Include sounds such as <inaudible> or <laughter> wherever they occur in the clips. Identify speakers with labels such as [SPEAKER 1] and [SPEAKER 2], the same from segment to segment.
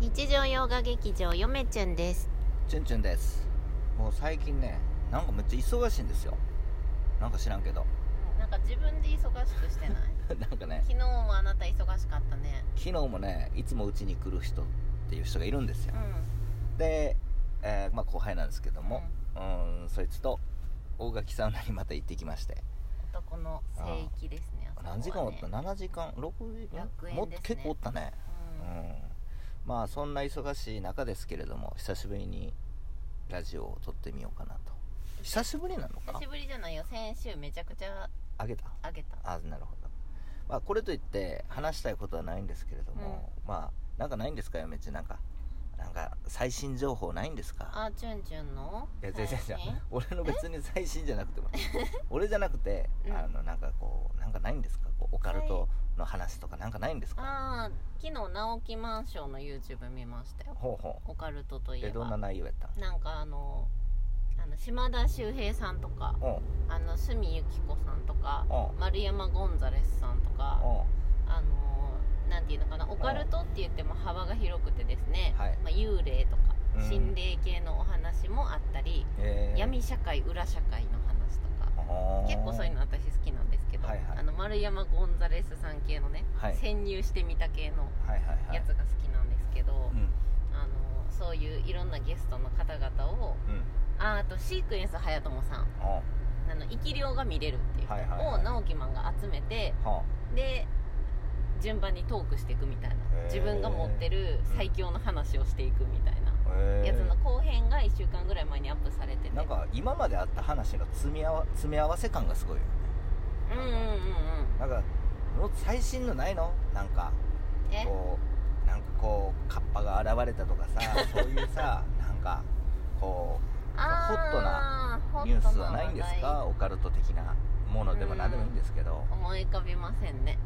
[SPEAKER 1] 日常洋画劇場よめちゅんです
[SPEAKER 2] チュンチュンですもう最近ねなんかめっちゃ忙しいんですよなんか知らんけど <laughs>
[SPEAKER 1] なんか自分で忙しく <laughs> してない
[SPEAKER 2] なんかね
[SPEAKER 1] 昨日もあなた忙しかったね
[SPEAKER 2] 昨日もねいつもうちに来る人っていう人がいるんですよ
[SPEAKER 1] うん
[SPEAKER 2] で、えーまあ、後輩なんですけどもうんそいつと大垣サウナにまた行ってきまして
[SPEAKER 1] 男の聖域ですねあそこはね
[SPEAKER 2] 何時間おった、7時間6時間、
[SPEAKER 1] 楽園ですね
[SPEAKER 2] もっと結構おったねうん
[SPEAKER 1] うん
[SPEAKER 2] まあそんな忙しい中ですけれども久しぶりにラジオを撮ってみようかなと久しぶりなのか
[SPEAKER 1] 久しぶりじゃないよ先週めちゃくちゃ
[SPEAKER 2] あげた
[SPEAKER 1] あげた
[SPEAKER 2] あなるほど、まあ、これといって話したいことはないんですけれども、まあなんかないんですかやめちなんかなんか最新情報ないんですか
[SPEAKER 1] あチュンチュンの
[SPEAKER 2] いや全然じゃ
[SPEAKER 1] 最近
[SPEAKER 2] 俺の別に最新じゃなくても <laughs> 俺じゃなくて、
[SPEAKER 1] うん
[SPEAKER 2] あのなんかこうなんかないんですかこうオカルトの話とかなんかないんですか、
[SPEAKER 1] ああ昨日直木マンションの YouTube 見ましたよ
[SPEAKER 2] ほうほう
[SPEAKER 1] オカルトといえ
[SPEAKER 2] えど
[SPEAKER 1] ば
[SPEAKER 2] んな内容やったん
[SPEAKER 1] なんかあのあの島田秀平さんとか
[SPEAKER 2] おう
[SPEAKER 1] あの角由紀子さんとか
[SPEAKER 2] おう
[SPEAKER 1] 丸山ゴンザレスさんとか
[SPEAKER 2] おう
[SPEAKER 1] あのなんていうのかなオカルトって言っても幅が広くてですね、
[SPEAKER 2] はい
[SPEAKER 1] まあ、幽霊とか
[SPEAKER 2] うん
[SPEAKER 1] 心霊系のお話もあったり、
[SPEAKER 2] えー
[SPEAKER 1] 闇社会裏社会の話とか
[SPEAKER 2] あー
[SPEAKER 1] 結構そういうの私好きなんですけど、
[SPEAKER 2] はいはい
[SPEAKER 1] あの丸山ゴンザレスさん系のね、
[SPEAKER 2] はい
[SPEAKER 1] 潜入してみた系の
[SPEAKER 2] はいはいはい
[SPEAKER 1] やつが好きなんですけど、
[SPEAKER 2] うん
[SPEAKER 1] あのそういういろんなゲストの方々を
[SPEAKER 2] うん
[SPEAKER 1] ああとシークエンス隼人さん
[SPEAKER 2] おう
[SPEAKER 1] あの生き量が見れるっていう人
[SPEAKER 2] はいはいは
[SPEAKER 1] を
[SPEAKER 2] い
[SPEAKER 1] 直木マンが集めて、
[SPEAKER 2] は
[SPEAKER 1] で順番にトークしていくみたいな
[SPEAKER 2] へー
[SPEAKER 1] 自分が持ってる最強の話をしていくみたいな
[SPEAKER 2] あえー
[SPEAKER 1] やつの後編が1週間ぐらい前にアップされてて
[SPEAKER 2] なんか今まであった話の積み合わ積み合わせ感がすごいよね
[SPEAKER 1] うんうんうんうん
[SPEAKER 2] なんかもう最新のないのなんか
[SPEAKER 1] え
[SPEAKER 2] こうなんかこうカッパが現れたとかさ
[SPEAKER 1] <laughs>
[SPEAKER 2] そういうさなんかこ
[SPEAKER 1] あー
[SPEAKER 2] ホットな
[SPEAKER 1] ホッ
[SPEAKER 2] う
[SPEAKER 1] ト
[SPEAKER 2] ニュースはないんです
[SPEAKER 1] 話
[SPEAKER 2] かオカルト的なものでも何でもいいんですけど
[SPEAKER 1] 題思い浮かびませんね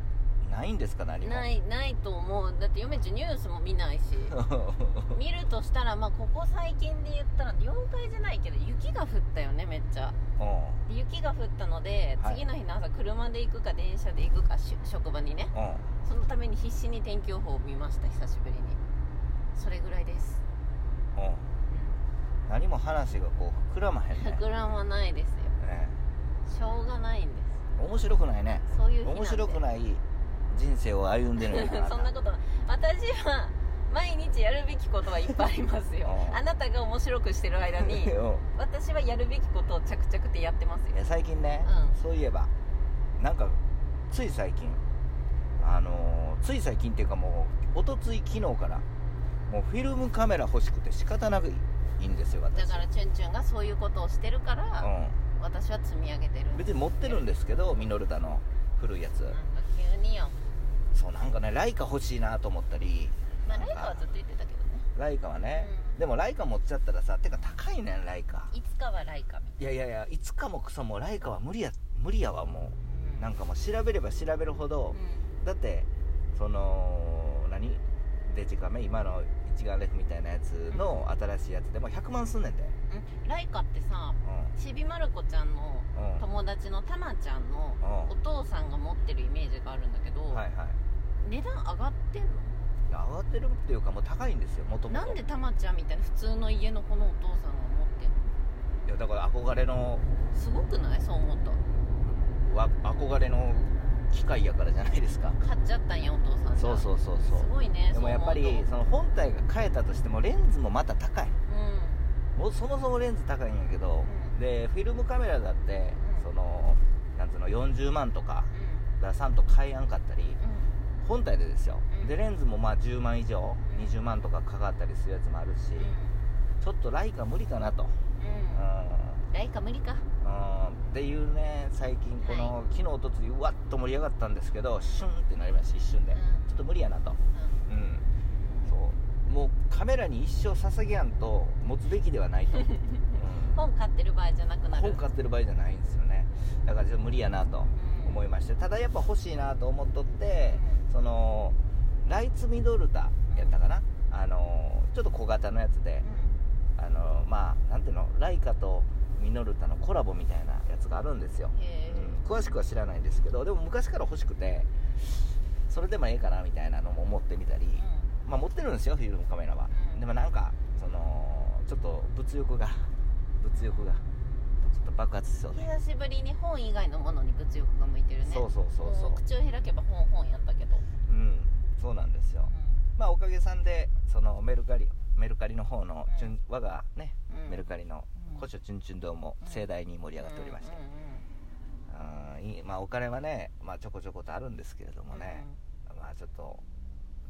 [SPEAKER 2] ないんですか何も
[SPEAKER 1] な
[SPEAKER 2] <laughs> う
[SPEAKER 1] いないと思うだって嫁ちニュースも見
[SPEAKER 2] <laughs>
[SPEAKER 1] ないし
[SPEAKER 2] ん
[SPEAKER 1] 見るとしたらまあここ最近で言ったら妖怪じゃないけど雪が降ったよねめっちゃで雪が降ったので
[SPEAKER 2] はい
[SPEAKER 1] 次の日の朝車で行くか電車で行くかし職場にね
[SPEAKER 2] うん
[SPEAKER 1] そのために必死に天気予報を見ました久しぶりにそれぐらいです、
[SPEAKER 2] うん何も話がこう膨らまへん
[SPEAKER 1] うん、
[SPEAKER 2] ね
[SPEAKER 1] 膨らまないですよ
[SPEAKER 2] ね
[SPEAKER 1] しょうがないんで
[SPEAKER 2] 面白くないね
[SPEAKER 1] すそういう日なんで
[SPEAKER 2] 面白く
[SPEAKER 1] い
[SPEAKER 2] ない人生を歩んでるん
[SPEAKER 1] <laughs>
[SPEAKER 2] や
[SPEAKER 1] そんなことない私は毎日やるべきことはいっぱいあります
[SPEAKER 2] <laughs>
[SPEAKER 1] よ
[SPEAKER 2] うん
[SPEAKER 1] あなたが面白くしてる間に
[SPEAKER 2] <laughs> うん
[SPEAKER 1] 私はやるべきことを着々とやってますよ
[SPEAKER 2] いや最近ね、
[SPEAKER 1] うん
[SPEAKER 2] そういえばなんかつい最近あのーつい最近っていうかもうおとつい昨日からもうフィルムカメラ欲しくて仕方なくいいんですよ私
[SPEAKER 1] だからチュンチュンがそういうことをしてるから、私は積み上げてる
[SPEAKER 2] うん、別に持ってるんですけどミノルタの古いやつ、
[SPEAKER 1] なんか急によ
[SPEAKER 2] そうなんかねライカ欲しいなと思ったり
[SPEAKER 1] まあ
[SPEAKER 2] な
[SPEAKER 1] ラ
[SPEAKER 2] ん
[SPEAKER 1] イ
[SPEAKER 2] か
[SPEAKER 1] カはずっと言ってたけどね
[SPEAKER 2] ライカはね、
[SPEAKER 1] うん
[SPEAKER 2] でもライカ持っちゃったらさてか高いねんライカ
[SPEAKER 1] いつかはライカみ
[SPEAKER 2] いやいやいやいつかもクソもライカは無理や無理やわも
[SPEAKER 1] たいう
[SPEAKER 2] なん
[SPEAKER 1] か、
[SPEAKER 2] かもう調べれば調べるほど、
[SPEAKER 1] うん
[SPEAKER 2] だってその何デジカメ今の一眼レフみたいなやつの新しいやつでも100万すんねんで
[SPEAKER 1] うんライカってさ
[SPEAKER 2] う
[SPEAKER 1] ちびまる子ちゃんの
[SPEAKER 2] んうん
[SPEAKER 1] 友達のたまちゃんの
[SPEAKER 2] うん
[SPEAKER 1] お父さんが持ってるイメージがあるんだけど、
[SPEAKER 2] はいはい
[SPEAKER 1] 値段上がってんの
[SPEAKER 2] いや慌てるっていうかもう高いんですよもともと
[SPEAKER 1] なんでたまちゃんみたいな普通の家の子のお父さんが持ってんの
[SPEAKER 2] いやだから憧れの
[SPEAKER 1] すごくないそう思うと
[SPEAKER 2] わ憧れの機械やからじゃないですか
[SPEAKER 1] 買っちゃったんやお父さんが
[SPEAKER 2] そうそうそうそ
[SPEAKER 1] す
[SPEAKER 2] う
[SPEAKER 1] ごいね
[SPEAKER 2] でもやっぱ
[SPEAKER 1] そう思
[SPEAKER 2] り
[SPEAKER 1] うと
[SPEAKER 2] その本体が変えたとしてもレンズもまた高いもうそもそもレンズ高いんやけど、
[SPEAKER 1] うん
[SPEAKER 2] でフィルムカメラだって、
[SPEAKER 1] うん
[SPEAKER 2] そのなんつうの40万とか
[SPEAKER 1] うん
[SPEAKER 2] 出さんと買えやんかったり、
[SPEAKER 1] う
[SPEAKER 2] 本体でですよ、
[SPEAKER 1] うん
[SPEAKER 2] でレンズもまあ10万以上
[SPEAKER 1] うん
[SPEAKER 2] 20万とかかかったりするやつもあるし、
[SPEAKER 1] んう
[SPEAKER 2] ちょっとライカ無理かなと、うん
[SPEAKER 1] うんうん
[SPEAKER 2] ん
[SPEAKER 1] ライカ無理か
[SPEAKER 2] うん、っていうね最近この、
[SPEAKER 1] は
[SPEAKER 2] 昨日おとついうわっと盛り上がったんですけどシュンってなりました一瞬で、
[SPEAKER 1] うん
[SPEAKER 2] ちょっと無理やなと、
[SPEAKER 1] う
[SPEAKER 2] うん、そうもうカメラに一生捧げやんと持つべきで
[SPEAKER 1] <laughs>
[SPEAKER 2] はないと、うん
[SPEAKER 1] ん本買ってる場合じゃなくなる
[SPEAKER 2] 本買ってる場合じゃないんですよねだからちょっと無理やなと思いましてただやっぱ欲しいなと思っとって、そのライツミドルタやったかな、あのちょっと小型のやつで
[SPEAKER 1] う、ん
[SPEAKER 2] あのまあなんていうのライカとミノルタのコラボみたいなやつがあるんですよ、
[SPEAKER 1] へ
[SPEAKER 2] うん詳しくは知らないんですけどでも昔から欲しくてそれでもええかなみたいなのも思ってみたり
[SPEAKER 1] えうん
[SPEAKER 2] まあ、持ってるんですよフィルムカメラは、
[SPEAKER 1] うん
[SPEAKER 2] でもなんかそのちょっと物欲が物欲がちょっと爆発しそうで、
[SPEAKER 1] 久しぶりに本以外のものに物欲が向いてるね
[SPEAKER 2] そうそうそうそ
[SPEAKER 1] こう口を開けば本本やったけど、
[SPEAKER 2] ううんそうなんですよ、まあおかげさんでそのメルカリメルカリの方の、チュン我がね、
[SPEAKER 1] うん
[SPEAKER 2] メルカリの
[SPEAKER 1] うん
[SPEAKER 2] 古書チュンチュン堂も盛大に盛り上がっておりまして、うんいいまあ、お金はね、まあ、ちょこちょことあるんですけれど
[SPEAKER 1] うんうん
[SPEAKER 2] も
[SPEAKER 1] うん
[SPEAKER 2] ね、まあちょっと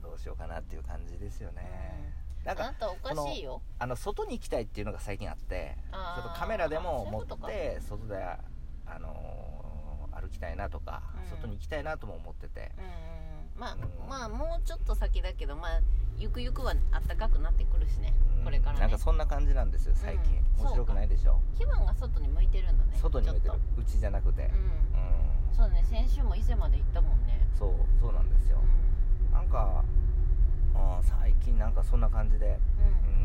[SPEAKER 2] どうしようかなっていう感じですよね、
[SPEAKER 1] う
[SPEAKER 2] なん
[SPEAKER 1] ん、あ
[SPEAKER 2] か
[SPEAKER 1] んたおかしいよ
[SPEAKER 2] あの外に行きたいっていうのが最近あって
[SPEAKER 1] あ
[SPEAKER 2] ち
[SPEAKER 1] ー
[SPEAKER 2] ょっとカメラで
[SPEAKER 1] そ
[SPEAKER 2] も
[SPEAKER 1] ういう
[SPEAKER 2] 持
[SPEAKER 1] ことか
[SPEAKER 2] って外で、あのー歩きたいなとか、
[SPEAKER 1] うん
[SPEAKER 2] 外に行きたいなとも思ってて
[SPEAKER 1] うんうんまあ、
[SPEAKER 2] うん
[SPEAKER 1] まあもうちょっと先だけどまあゆくゆくは暖かくなってくるしね、
[SPEAKER 2] うん
[SPEAKER 1] これからね
[SPEAKER 2] なんかそんな感じなんですよ最近、
[SPEAKER 1] うん
[SPEAKER 2] 面白くないでしょ
[SPEAKER 1] 気分が外に向いてるんだね
[SPEAKER 2] 外に向いて
[SPEAKER 1] ちょ
[SPEAKER 2] る
[SPEAKER 1] っ
[SPEAKER 2] うちじゃなくて、
[SPEAKER 1] とうん
[SPEAKER 2] うん
[SPEAKER 1] そうだね先週も伊勢まで行ったもんね
[SPEAKER 2] そうそうなんですよ、なんか、うん、最近なんかそんな感じで
[SPEAKER 1] うんうん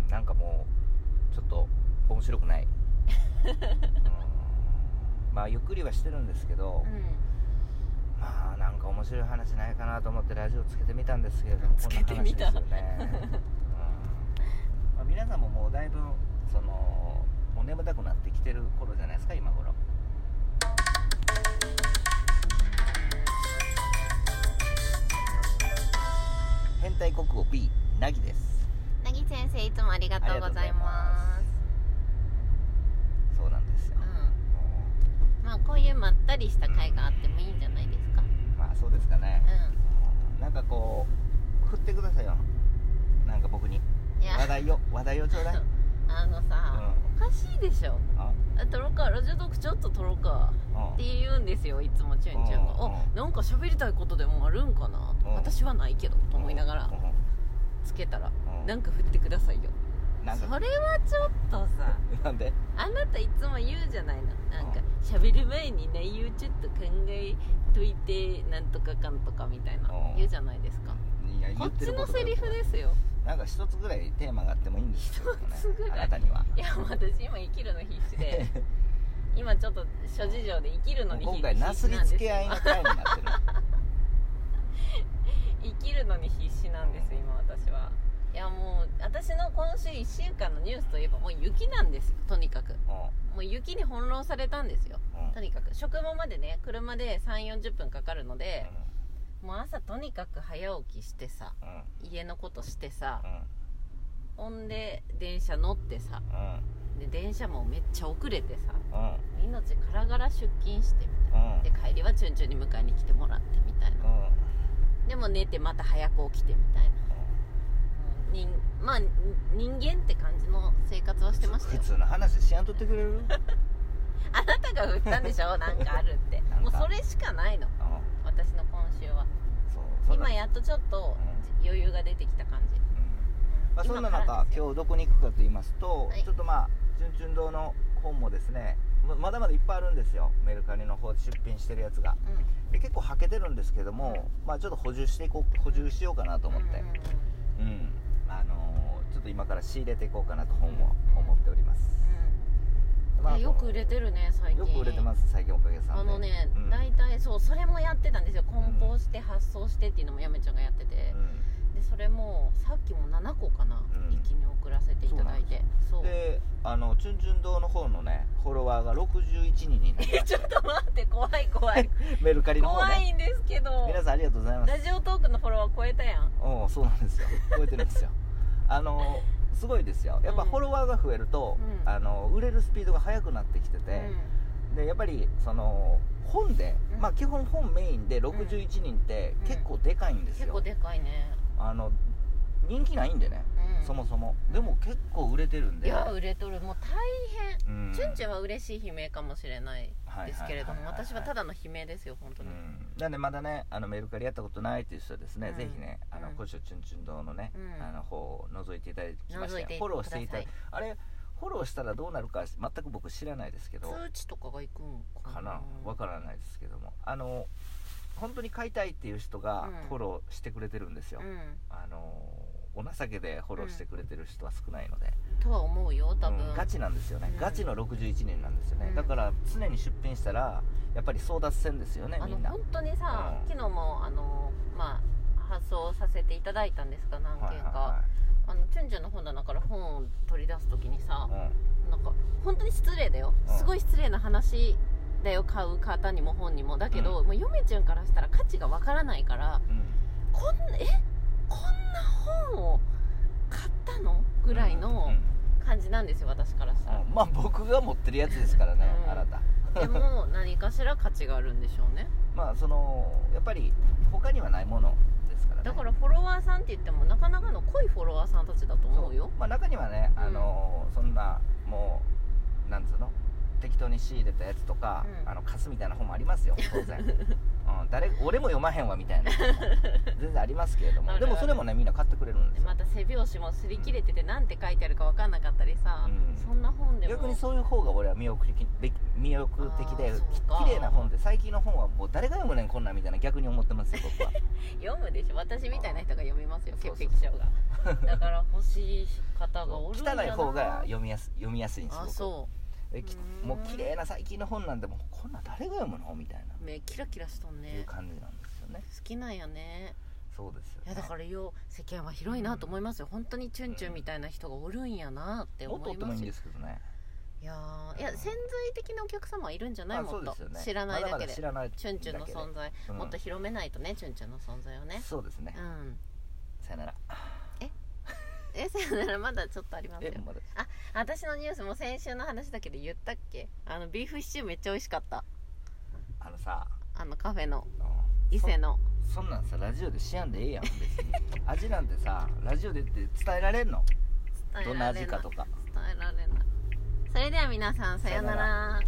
[SPEAKER 2] うーんなんかもうちょっと面白
[SPEAKER 1] <laughs>
[SPEAKER 2] くないうんまあゆっくりはしてるんですけど、
[SPEAKER 1] う
[SPEAKER 2] まあなんか面白い話ないかなと思ってラジオつけてみたんですけれども
[SPEAKER 1] つけてみた
[SPEAKER 2] こんな話ですよね、うんまあ、皆さんももうだいぶそのもう眠たくなってきてる頃じゃないですか今頃変態国語 B なぎです
[SPEAKER 1] んなぎ先生いつもありがとうございます
[SPEAKER 2] すそうなんですよ、
[SPEAKER 1] うんまあこういうまったりした会があってもいいんじゃないですか
[SPEAKER 2] うんまあそうですかね
[SPEAKER 1] う
[SPEAKER 2] なんかこう振ってくださいよなんか僕に
[SPEAKER 1] んいや
[SPEAKER 2] 話題を話題をちょうだい、う
[SPEAKER 1] <laughs>
[SPEAKER 2] ん、
[SPEAKER 1] あのさ、おかしいでしょ
[SPEAKER 2] あ
[SPEAKER 1] あトロカラジオトークちょっとトロカって
[SPEAKER 2] う
[SPEAKER 1] 言うんですよいつもチュンチュンが「
[SPEAKER 2] うん
[SPEAKER 1] おなんか喋りたいことでもあるんかな
[SPEAKER 2] うん
[SPEAKER 1] 私はないけど」と思いながら
[SPEAKER 2] うん
[SPEAKER 1] つけたら「
[SPEAKER 2] うん
[SPEAKER 1] なんか振ってくださいよ」
[SPEAKER 2] なんか
[SPEAKER 1] それはちょっとさ
[SPEAKER 2] なんで
[SPEAKER 1] あなたいつも言うじゃないのなんか喋る前に内容ちょっと考えといてなんとかかんとかみたいな
[SPEAKER 2] うん
[SPEAKER 1] 言うじゃないですか
[SPEAKER 2] いや
[SPEAKER 1] こ
[SPEAKER 2] 言
[SPEAKER 1] ってち
[SPEAKER 2] る
[SPEAKER 1] の
[SPEAKER 2] こと
[SPEAKER 1] セリフ
[SPEAKER 2] がよ
[SPEAKER 1] ですよ
[SPEAKER 2] くないなんか一つぐらいテーマがあってもいいんですけどね
[SPEAKER 1] 一つぐらい
[SPEAKER 2] あなたにはい
[SPEAKER 1] や私今生きるの必死で今ちょっと諸事情で生きるのに
[SPEAKER 2] もう
[SPEAKER 1] 必
[SPEAKER 2] 今
[SPEAKER 1] 死
[SPEAKER 2] 回なすり
[SPEAKER 1] なんです
[SPEAKER 2] 付け
[SPEAKER 1] よ
[SPEAKER 2] 合いの回になってる
[SPEAKER 1] 生きるのに必死なんです今私はいやもう私の今週1週間のニュースといえばもう雪なんですよとにかくもう雪に翻弄されたんですよ
[SPEAKER 2] うんうん
[SPEAKER 1] とにかく職場までね車で3 4 0分かかるので、もう朝とにかく早起きしてさ
[SPEAKER 2] うんうん
[SPEAKER 1] 家のことしてさ
[SPEAKER 2] うん
[SPEAKER 1] ほんで電車乗ってさ
[SPEAKER 2] うん
[SPEAKER 1] で電車もめっちゃ遅れてさ
[SPEAKER 2] うん
[SPEAKER 1] 命からがら出勤して
[SPEAKER 2] うん
[SPEAKER 1] で帰りはチュンチュンに迎えに来てもらってみたいな
[SPEAKER 2] うん
[SPEAKER 1] でも寝てまた早く起きてみたいなもう人まあに人間って感じの生活をしてました
[SPEAKER 2] 普
[SPEAKER 1] よ
[SPEAKER 2] 通の話しやんとってくれるうん
[SPEAKER 1] あなたが振ったんでし
[SPEAKER 2] <laughs>
[SPEAKER 1] ょなんかあるって
[SPEAKER 2] なんか
[SPEAKER 1] もうそれしかないの私の今週は
[SPEAKER 2] そうそんな
[SPEAKER 1] 今やっとちょっと余裕が出てきた感じ
[SPEAKER 2] まあ、そんな
[SPEAKER 1] 今から
[SPEAKER 2] 中
[SPEAKER 1] ですよ
[SPEAKER 2] 今日どこに行くかと言いますと、
[SPEAKER 1] はい
[SPEAKER 2] ちょっとまあ「チュンチュン堂」の本もですねままだまだいっぱいあるんですよメルカリの方で出品してるやつが
[SPEAKER 1] うん
[SPEAKER 2] で結構はけてるんですけども、まあ、ちょっと補充していこう補充しようかなと思って
[SPEAKER 1] うんうんうん
[SPEAKER 2] うん、あのーちょっと今から仕入れていこうかなと本を思っております、
[SPEAKER 1] うんいやよく売れて
[SPEAKER 2] る
[SPEAKER 1] るね最近
[SPEAKER 2] よく売れてます最近おかげさんで
[SPEAKER 1] あ
[SPEAKER 2] あ
[SPEAKER 1] のね、
[SPEAKER 2] うん、
[SPEAKER 1] 大体そうそれもやってたんですよ梱包して発送してっていうのもやめちゃんがやってて
[SPEAKER 2] う、ん
[SPEAKER 1] でそれもさっきも7個かな、
[SPEAKER 2] うん
[SPEAKER 1] 一気に送らせていただいてそう
[SPEAKER 2] であのチュンチュン堂の方のねフォロワーが61人になり
[SPEAKER 1] え
[SPEAKER 2] ま
[SPEAKER 1] <laughs>
[SPEAKER 2] し
[SPEAKER 1] ちょっと待って怖い
[SPEAKER 2] <laughs>
[SPEAKER 1] 怖い
[SPEAKER 2] たメルカリの方
[SPEAKER 1] 怖
[SPEAKER 2] ね
[SPEAKER 1] いんですけど
[SPEAKER 2] 皆さんありがとうございます
[SPEAKER 1] ラジオトークのフォロワー超えたやん
[SPEAKER 2] うんそうなんですよ超えてるんですよあのすごいですよやっぱ
[SPEAKER 1] うん
[SPEAKER 2] フォロワーが増えると、
[SPEAKER 1] うん
[SPEAKER 2] あの売れるスピードが速くなってきてて、でやっぱりその本で、
[SPEAKER 1] うん
[SPEAKER 2] まあ基本本メインで61人って
[SPEAKER 1] うん
[SPEAKER 2] 結構でかいんです
[SPEAKER 1] 結
[SPEAKER 2] よ、
[SPEAKER 1] 構でかいね、
[SPEAKER 2] あの人気ないんでね、
[SPEAKER 1] うん、
[SPEAKER 2] そもそもでも結構売れてるんで
[SPEAKER 1] いや売れとるもう大変
[SPEAKER 2] うん
[SPEAKER 1] チュンチュンは嬉しい悲鳴かもしれないですけれども
[SPEAKER 2] はいはいはいはい
[SPEAKER 1] 私はただの悲鳴ですよ本当に、
[SPEAKER 2] うんなんでまだねあのメルカリやったことないっていう人はですね、
[SPEAKER 1] うん
[SPEAKER 2] ぜひねあの
[SPEAKER 1] うん
[SPEAKER 2] 古書チュンチュン堂のね、
[SPEAKER 1] うん
[SPEAKER 2] あの方を覗いていただきまし
[SPEAKER 1] 覗い
[SPEAKER 2] て
[SPEAKER 1] て
[SPEAKER 2] フォローしていただい
[SPEAKER 1] く
[SPEAKER 2] てあれフォローしたらどうなるか全く僕知らないですけど
[SPEAKER 1] 通知とかが行くんかな
[SPEAKER 2] かなわからないですけどもあの本当に買いたいっていう人が
[SPEAKER 1] うん
[SPEAKER 2] フォローしてくれてるんですよ、
[SPEAKER 1] うん
[SPEAKER 2] あのお情けでフォローしてくれてる人は少ないので、
[SPEAKER 1] とは思うよ多分、
[SPEAKER 2] うんガチなんですよね、
[SPEAKER 1] うん
[SPEAKER 2] ガチの61人なんですよね、
[SPEAKER 1] うん
[SPEAKER 2] だから常に出品したらやっぱり争奪戦ですよね
[SPEAKER 1] あ
[SPEAKER 2] み
[SPEAKER 1] の
[SPEAKER 2] んな
[SPEAKER 1] 本当にさ、
[SPEAKER 2] うん
[SPEAKER 1] 昨日もあのまあ発送させていただいたんですが何件か、あのチュンチュンの本棚から本を取り出す時にさ
[SPEAKER 2] い、はい
[SPEAKER 1] なんか本当に失礼だよ、
[SPEAKER 2] うん
[SPEAKER 1] すごい失礼な話だよ買う方にも本にもだけど、もう嫁ちゃんからしたら価値がわからないから
[SPEAKER 2] うんうん
[SPEAKER 1] こんえこんな本を買ったのぐらいの
[SPEAKER 2] うん
[SPEAKER 1] 感じなんですよ、私からしたら、
[SPEAKER 2] うんまあ僕が持ってるやつですからね、
[SPEAKER 1] うん
[SPEAKER 2] あなた
[SPEAKER 1] でも何かしら価値があるんでしょうね
[SPEAKER 2] まあそのやっぱり他にはないものですからね
[SPEAKER 1] だからフォロワーさんって言ってもなかなかの濃いフォロワーさんたちだと思うよ
[SPEAKER 2] まあ、中にはね、
[SPEAKER 1] うん
[SPEAKER 2] あのそんなもうなんつうの適当に仕入れたやつとか、
[SPEAKER 1] うん
[SPEAKER 2] あの貸すみたいな本もあります
[SPEAKER 1] <laughs>
[SPEAKER 2] よ当然、うん、誰俺も読まへんわみたいな全然ありますけれど
[SPEAKER 1] あ
[SPEAKER 2] も
[SPEAKER 1] るあ
[SPEAKER 2] で
[SPEAKER 1] る
[SPEAKER 2] もそれもねみんな買ってくれるんです
[SPEAKER 1] で
[SPEAKER 2] よ、
[SPEAKER 1] また背表紙も擦り切れてて何て書いてあるか分かんなかったりさ、
[SPEAKER 2] うん
[SPEAKER 1] そんな本でも
[SPEAKER 2] 逆にそういう方が俺は魅力的べき魅力的で
[SPEAKER 1] あーそう
[SPEAKER 2] き
[SPEAKER 1] か
[SPEAKER 2] 綺麗な本で最近の本はもう誰が読むねんこんなんみたいな逆に思ってますよ僕は
[SPEAKER 1] 読むでしょ私みたいな人が読みますよ
[SPEAKER 2] そ
[SPEAKER 1] 潔
[SPEAKER 2] うそう
[SPEAKER 1] 癖症が
[SPEAKER 2] <laughs>
[SPEAKER 1] だから欲しい方がおるんだ
[SPEAKER 2] 汚
[SPEAKER 1] ない
[SPEAKER 2] 方が読みやす読みやすいんです
[SPEAKER 1] あ
[SPEAKER 2] 僕
[SPEAKER 1] そ
[SPEAKER 2] えき
[SPEAKER 1] うん
[SPEAKER 2] もう綺麗な最近の本なんでもうこんなん誰が読むのみたいな、
[SPEAKER 1] う目キラキラしとん
[SPEAKER 2] いう
[SPEAKER 1] ね好
[SPEAKER 2] 感じなんですよね
[SPEAKER 1] きなんやね
[SPEAKER 2] そうですよ、ね、
[SPEAKER 1] いやだからよ世間は広いなと思いますよ本当にチュンチュンみたいな人がおるんやなって
[SPEAKER 2] もっ
[SPEAKER 1] 思
[SPEAKER 2] とおっ
[SPEAKER 1] い
[SPEAKER 2] ても
[SPEAKER 1] ま
[SPEAKER 2] いい
[SPEAKER 1] す
[SPEAKER 2] ん
[SPEAKER 1] よ
[SPEAKER 2] ですけどね
[SPEAKER 1] いやーいや潜在的なお客様はいるんじゃない
[SPEAKER 2] あ
[SPEAKER 1] も
[SPEAKER 2] そ
[SPEAKER 1] っ
[SPEAKER 2] うで
[SPEAKER 1] と
[SPEAKER 2] すよね
[SPEAKER 1] 知らないだ
[SPEAKER 2] ま
[SPEAKER 1] け
[SPEAKER 2] だまだ
[SPEAKER 1] で
[SPEAKER 2] 知らないだけで
[SPEAKER 1] チュンチュンの存在、
[SPEAKER 2] うん
[SPEAKER 1] もっと広めないとねチュンチュンの存在をね
[SPEAKER 2] そうですね
[SPEAKER 1] うん
[SPEAKER 2] さよなら
[SPEAKER 1] えさよならまだちょっとあります
[SPEAKER 2] え
[SPEAKER 1] よ
[SPEAKER 2] まだ
[SPEAKER 1] 私のニュースも先週の話だけど言ったっけあのビーフシチューめっちゃ美味しかった
[SPEAKER 2] あのさ
[SPEAKER 1] あのカフェの
[SPEAKER 2] あの
[SPEAKER 1] 伊勢の
[SPEAKER 2] そそんなんさラジオでしやんでええやん別に味なんてさラジオでって伝えられんの
[SPEAKER 1] 伝え
[SPEAKER 2] どんな
[SPEAKER 1] られ
[SPEAKER 2] 味かとか
[SPEAKER 1] 伝えられないそれでは皆さんさようなら